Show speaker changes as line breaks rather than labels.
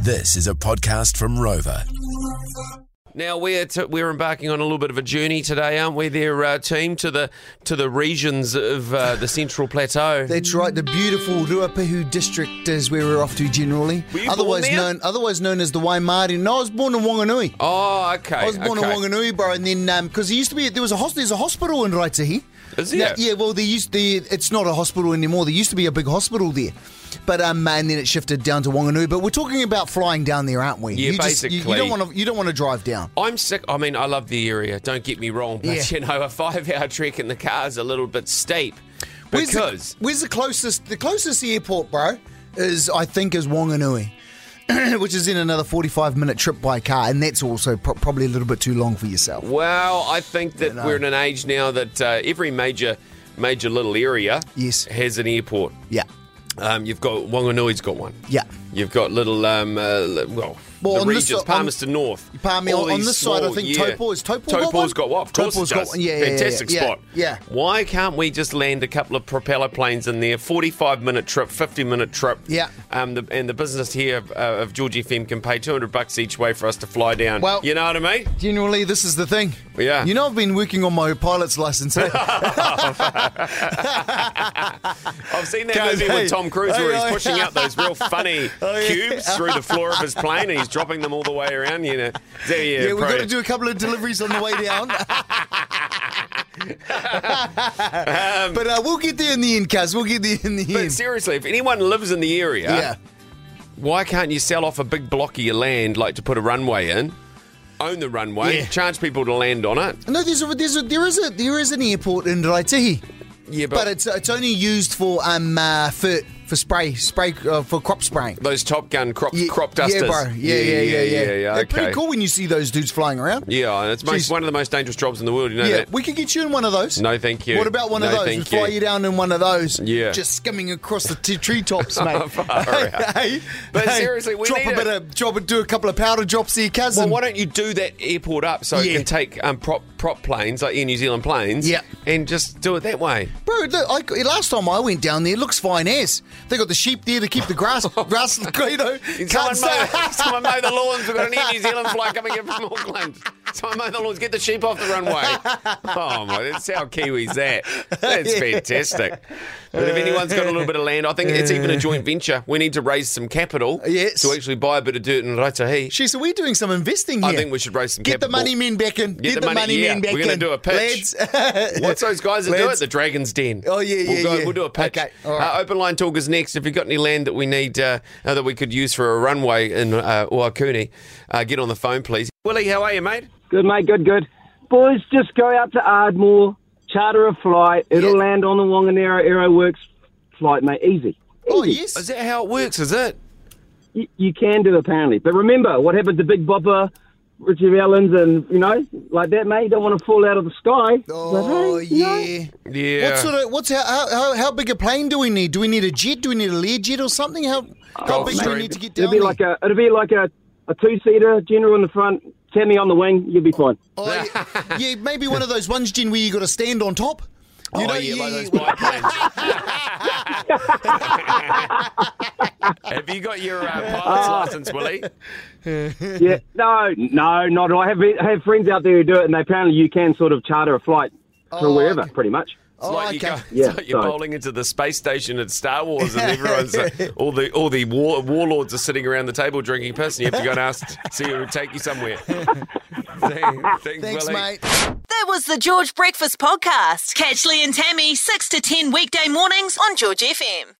This is a podcast from Rover.
Now we're t- we're embarking on a little bit of a journey today, aren't we? There, uh, team to the to the regions of uh, the Central Plateau.
That's right, the beautiful Ruapehu district is where we're off to generally.
Were you born
otherwise
there?
known otherwise known as the Waimari. No, I was born in Wanganui.
oh, okay.
I was born
okay.
in Wanganui, bro, and then because there used to be there was a hos- there's a hospital in Raitahi.
Is there?
Yeah, yeah, well there used the it's not a hospital anymore. There used to be a big hospital there. But um, and then it shifted down to Wanganui. But we're talking about flying down there, aren't we?
Yeah,
you just- you- you
basically.
don't want to you don't want to drive down.
I'm sick. I mean, I love the area. Don't get me wrong, but
Yeah.
you know, a five-hour trek in the car is a little bit steep
Where's the-
because
where's the, closest the closest airport, bro? Is I think is Wanganui, which is in another forty-five minute trip by car, and that's also pro- probably a little bit too long for yourself.
Well, I think that
no.
we're in an age now that uh, every major major little area
Yes.
has an airport.
Yeah,
Um, you've got Wanganui's got one.
Yeah.
You've got little um, uh, li- well,
Well,
the
on this
regions,
si- on-
Palmerston North.
Palmy-
All
on- on
these
this side, I
small-
think
yeah.
Taupo- has Taupo got
Taupo's
one?
got one. Of course,
Taupo's
it
got
does.
one. Yeah, yeah, yeah,
fantastic
yeah,
spot.
yeah.
Why can't we just land a couple of propeller planes in there? Forty-five minute trip, fifty-minute trip.
Yeah.
Um, the, and the business here uh, of George FM can pay two hundred bucks each way for us to fly down.
Well-
you know what I mean?
generally this is the thing.
Yeah.
you know I've been working on my pilot's license. eh?
I've seen that
Guys,
movie
hey.
with Tom Cruise where
Hey,
he's
hey.
pushing out those real funny
Oh, yeah.
cubes through the floor of his plane and he's dropping them all the way around. You know, there you
yeah,
go,
we've got
Pro.
to do a couple of deliveries on the way down. but uh, we'll get there in the end, cuz. We'll get there in the
But uh,
end.
seriously, if anyone lives in the area,
yeah.
why can't you sell off a big block of your land like to put a runway in? Own the runway,
Yeah.
charge people to land on it.
No, there's a, there's a, there is a there is an airport in Raitahi.
Yeah, but,
But it's it's only used for um uh, for for spray spray uh, for crop spraying.
those Top Gun crop
Ye-
crop dusters.
Yeah, bro. Yeah, yeah, yeah, yeah. They're
okay.
pretty cool when you see those dudes flying around.
Yeah, and it's most,
Jeez.
one of the most dangerous jobs in the world. You know
Yeah,
that.
we could get you in one of those.
No, thank you.
What about one of
No,
those?
thank
we fly
you.
you down in one of those.
Yeah.
Just skimming across the t- treetops, mate.
out.
Hey,
But seriously, we
drop
need
a bit
it.
of drop and do a couple of powder drops there, cousin.
Well, why don't you do that airport up so it
Yeah.
can take um, prop prop planes like Air New Zealand planes,
Yeah.
and just do it that way.
Bro, look, I, last time I went down there, it looks fine as. They got the sheep there to keep the grass, grass, you know.
Someone
Can't
mow,
say-
someone mow the lawns. We've got an Air New Zealand flight coming in from Auckland. Someone mow the lawns. Get the sheep off the runway. Oh my, that's how Kiwis that. That's fantastic. But if anyone's got a little bit of land, I think it's even a joint venture. We need to raise some capital
Yes.
to actually buy a bit of dirt in Raitahi.
She said, we're doing some investing
I
here.
think we should raise some
Get
capital.
the money men back in. Get, the money,
yeah.
men back in.
We're gonna do a pitch.
Lads.
What's those guys that do it?
Lads.
The Dragon's Den.
Oh, yeah,
We'll,
yeah, yeah.
we'll do a pitch.
Okay, all right.
uh, open line talk is next. If you've got any land that we need uh, uh, that we could use for a runway in uh, Waikuni, uh, get on the phone, please. Willie, how are you, mate?
Good, Uh, mate. Good, good. Boys, just go out to Ardmore, charter a flight. It'll
Yeah.
land on the Wanganera Aeroworks flight, mate. Easy.
Oh,
Easy.
yes.
Is that how it works? Is it?
Y- you can do, apparently. But remember what happened to Big Bopper, Richard Allen's, and, you know, like that, mate. You don't want to fall out of the sky.
Oh,
But, hey, you know,
yeah.
Yeah.
What sort of, what's how, how, how big a plane do we need? Do we need a jet? Do we need a Learjet or something? How, how
Gulf
big do
Stream.
we need to get down
it'll be
there?
like a, it'll be like a, a two-seater, general in the front, Tammy on the wing. You'll be fine.
Oh, yeah, yeah, maybe one of those ones, Jen, where you got to stand on top. You
oh,
know,
yeah, like
yeah,
those
yeah.
biplanes. Have you got your uh, pilot's license, Willie?
Yeah. No, no, not at all. I have, I have friends out there who do it, and apparently you can sort of charter a flight to
Oh,
wherever,
okay.
pretty much.
It's
Oh,
like you
okay.
go, it's
Yeah,
like you're
sorry.
bowling into the space station at Star Wars, and everyone's uh, all the all the war, warlords are sitting around the table drinking piss, and you have to go and ask, see who would take you somewhere. Thanks,
Thanks,
Willie.
mate.
That was the George Breakfast Podcast. Catch Lee and Tammy 6 to 10 weekday mornings on George FM.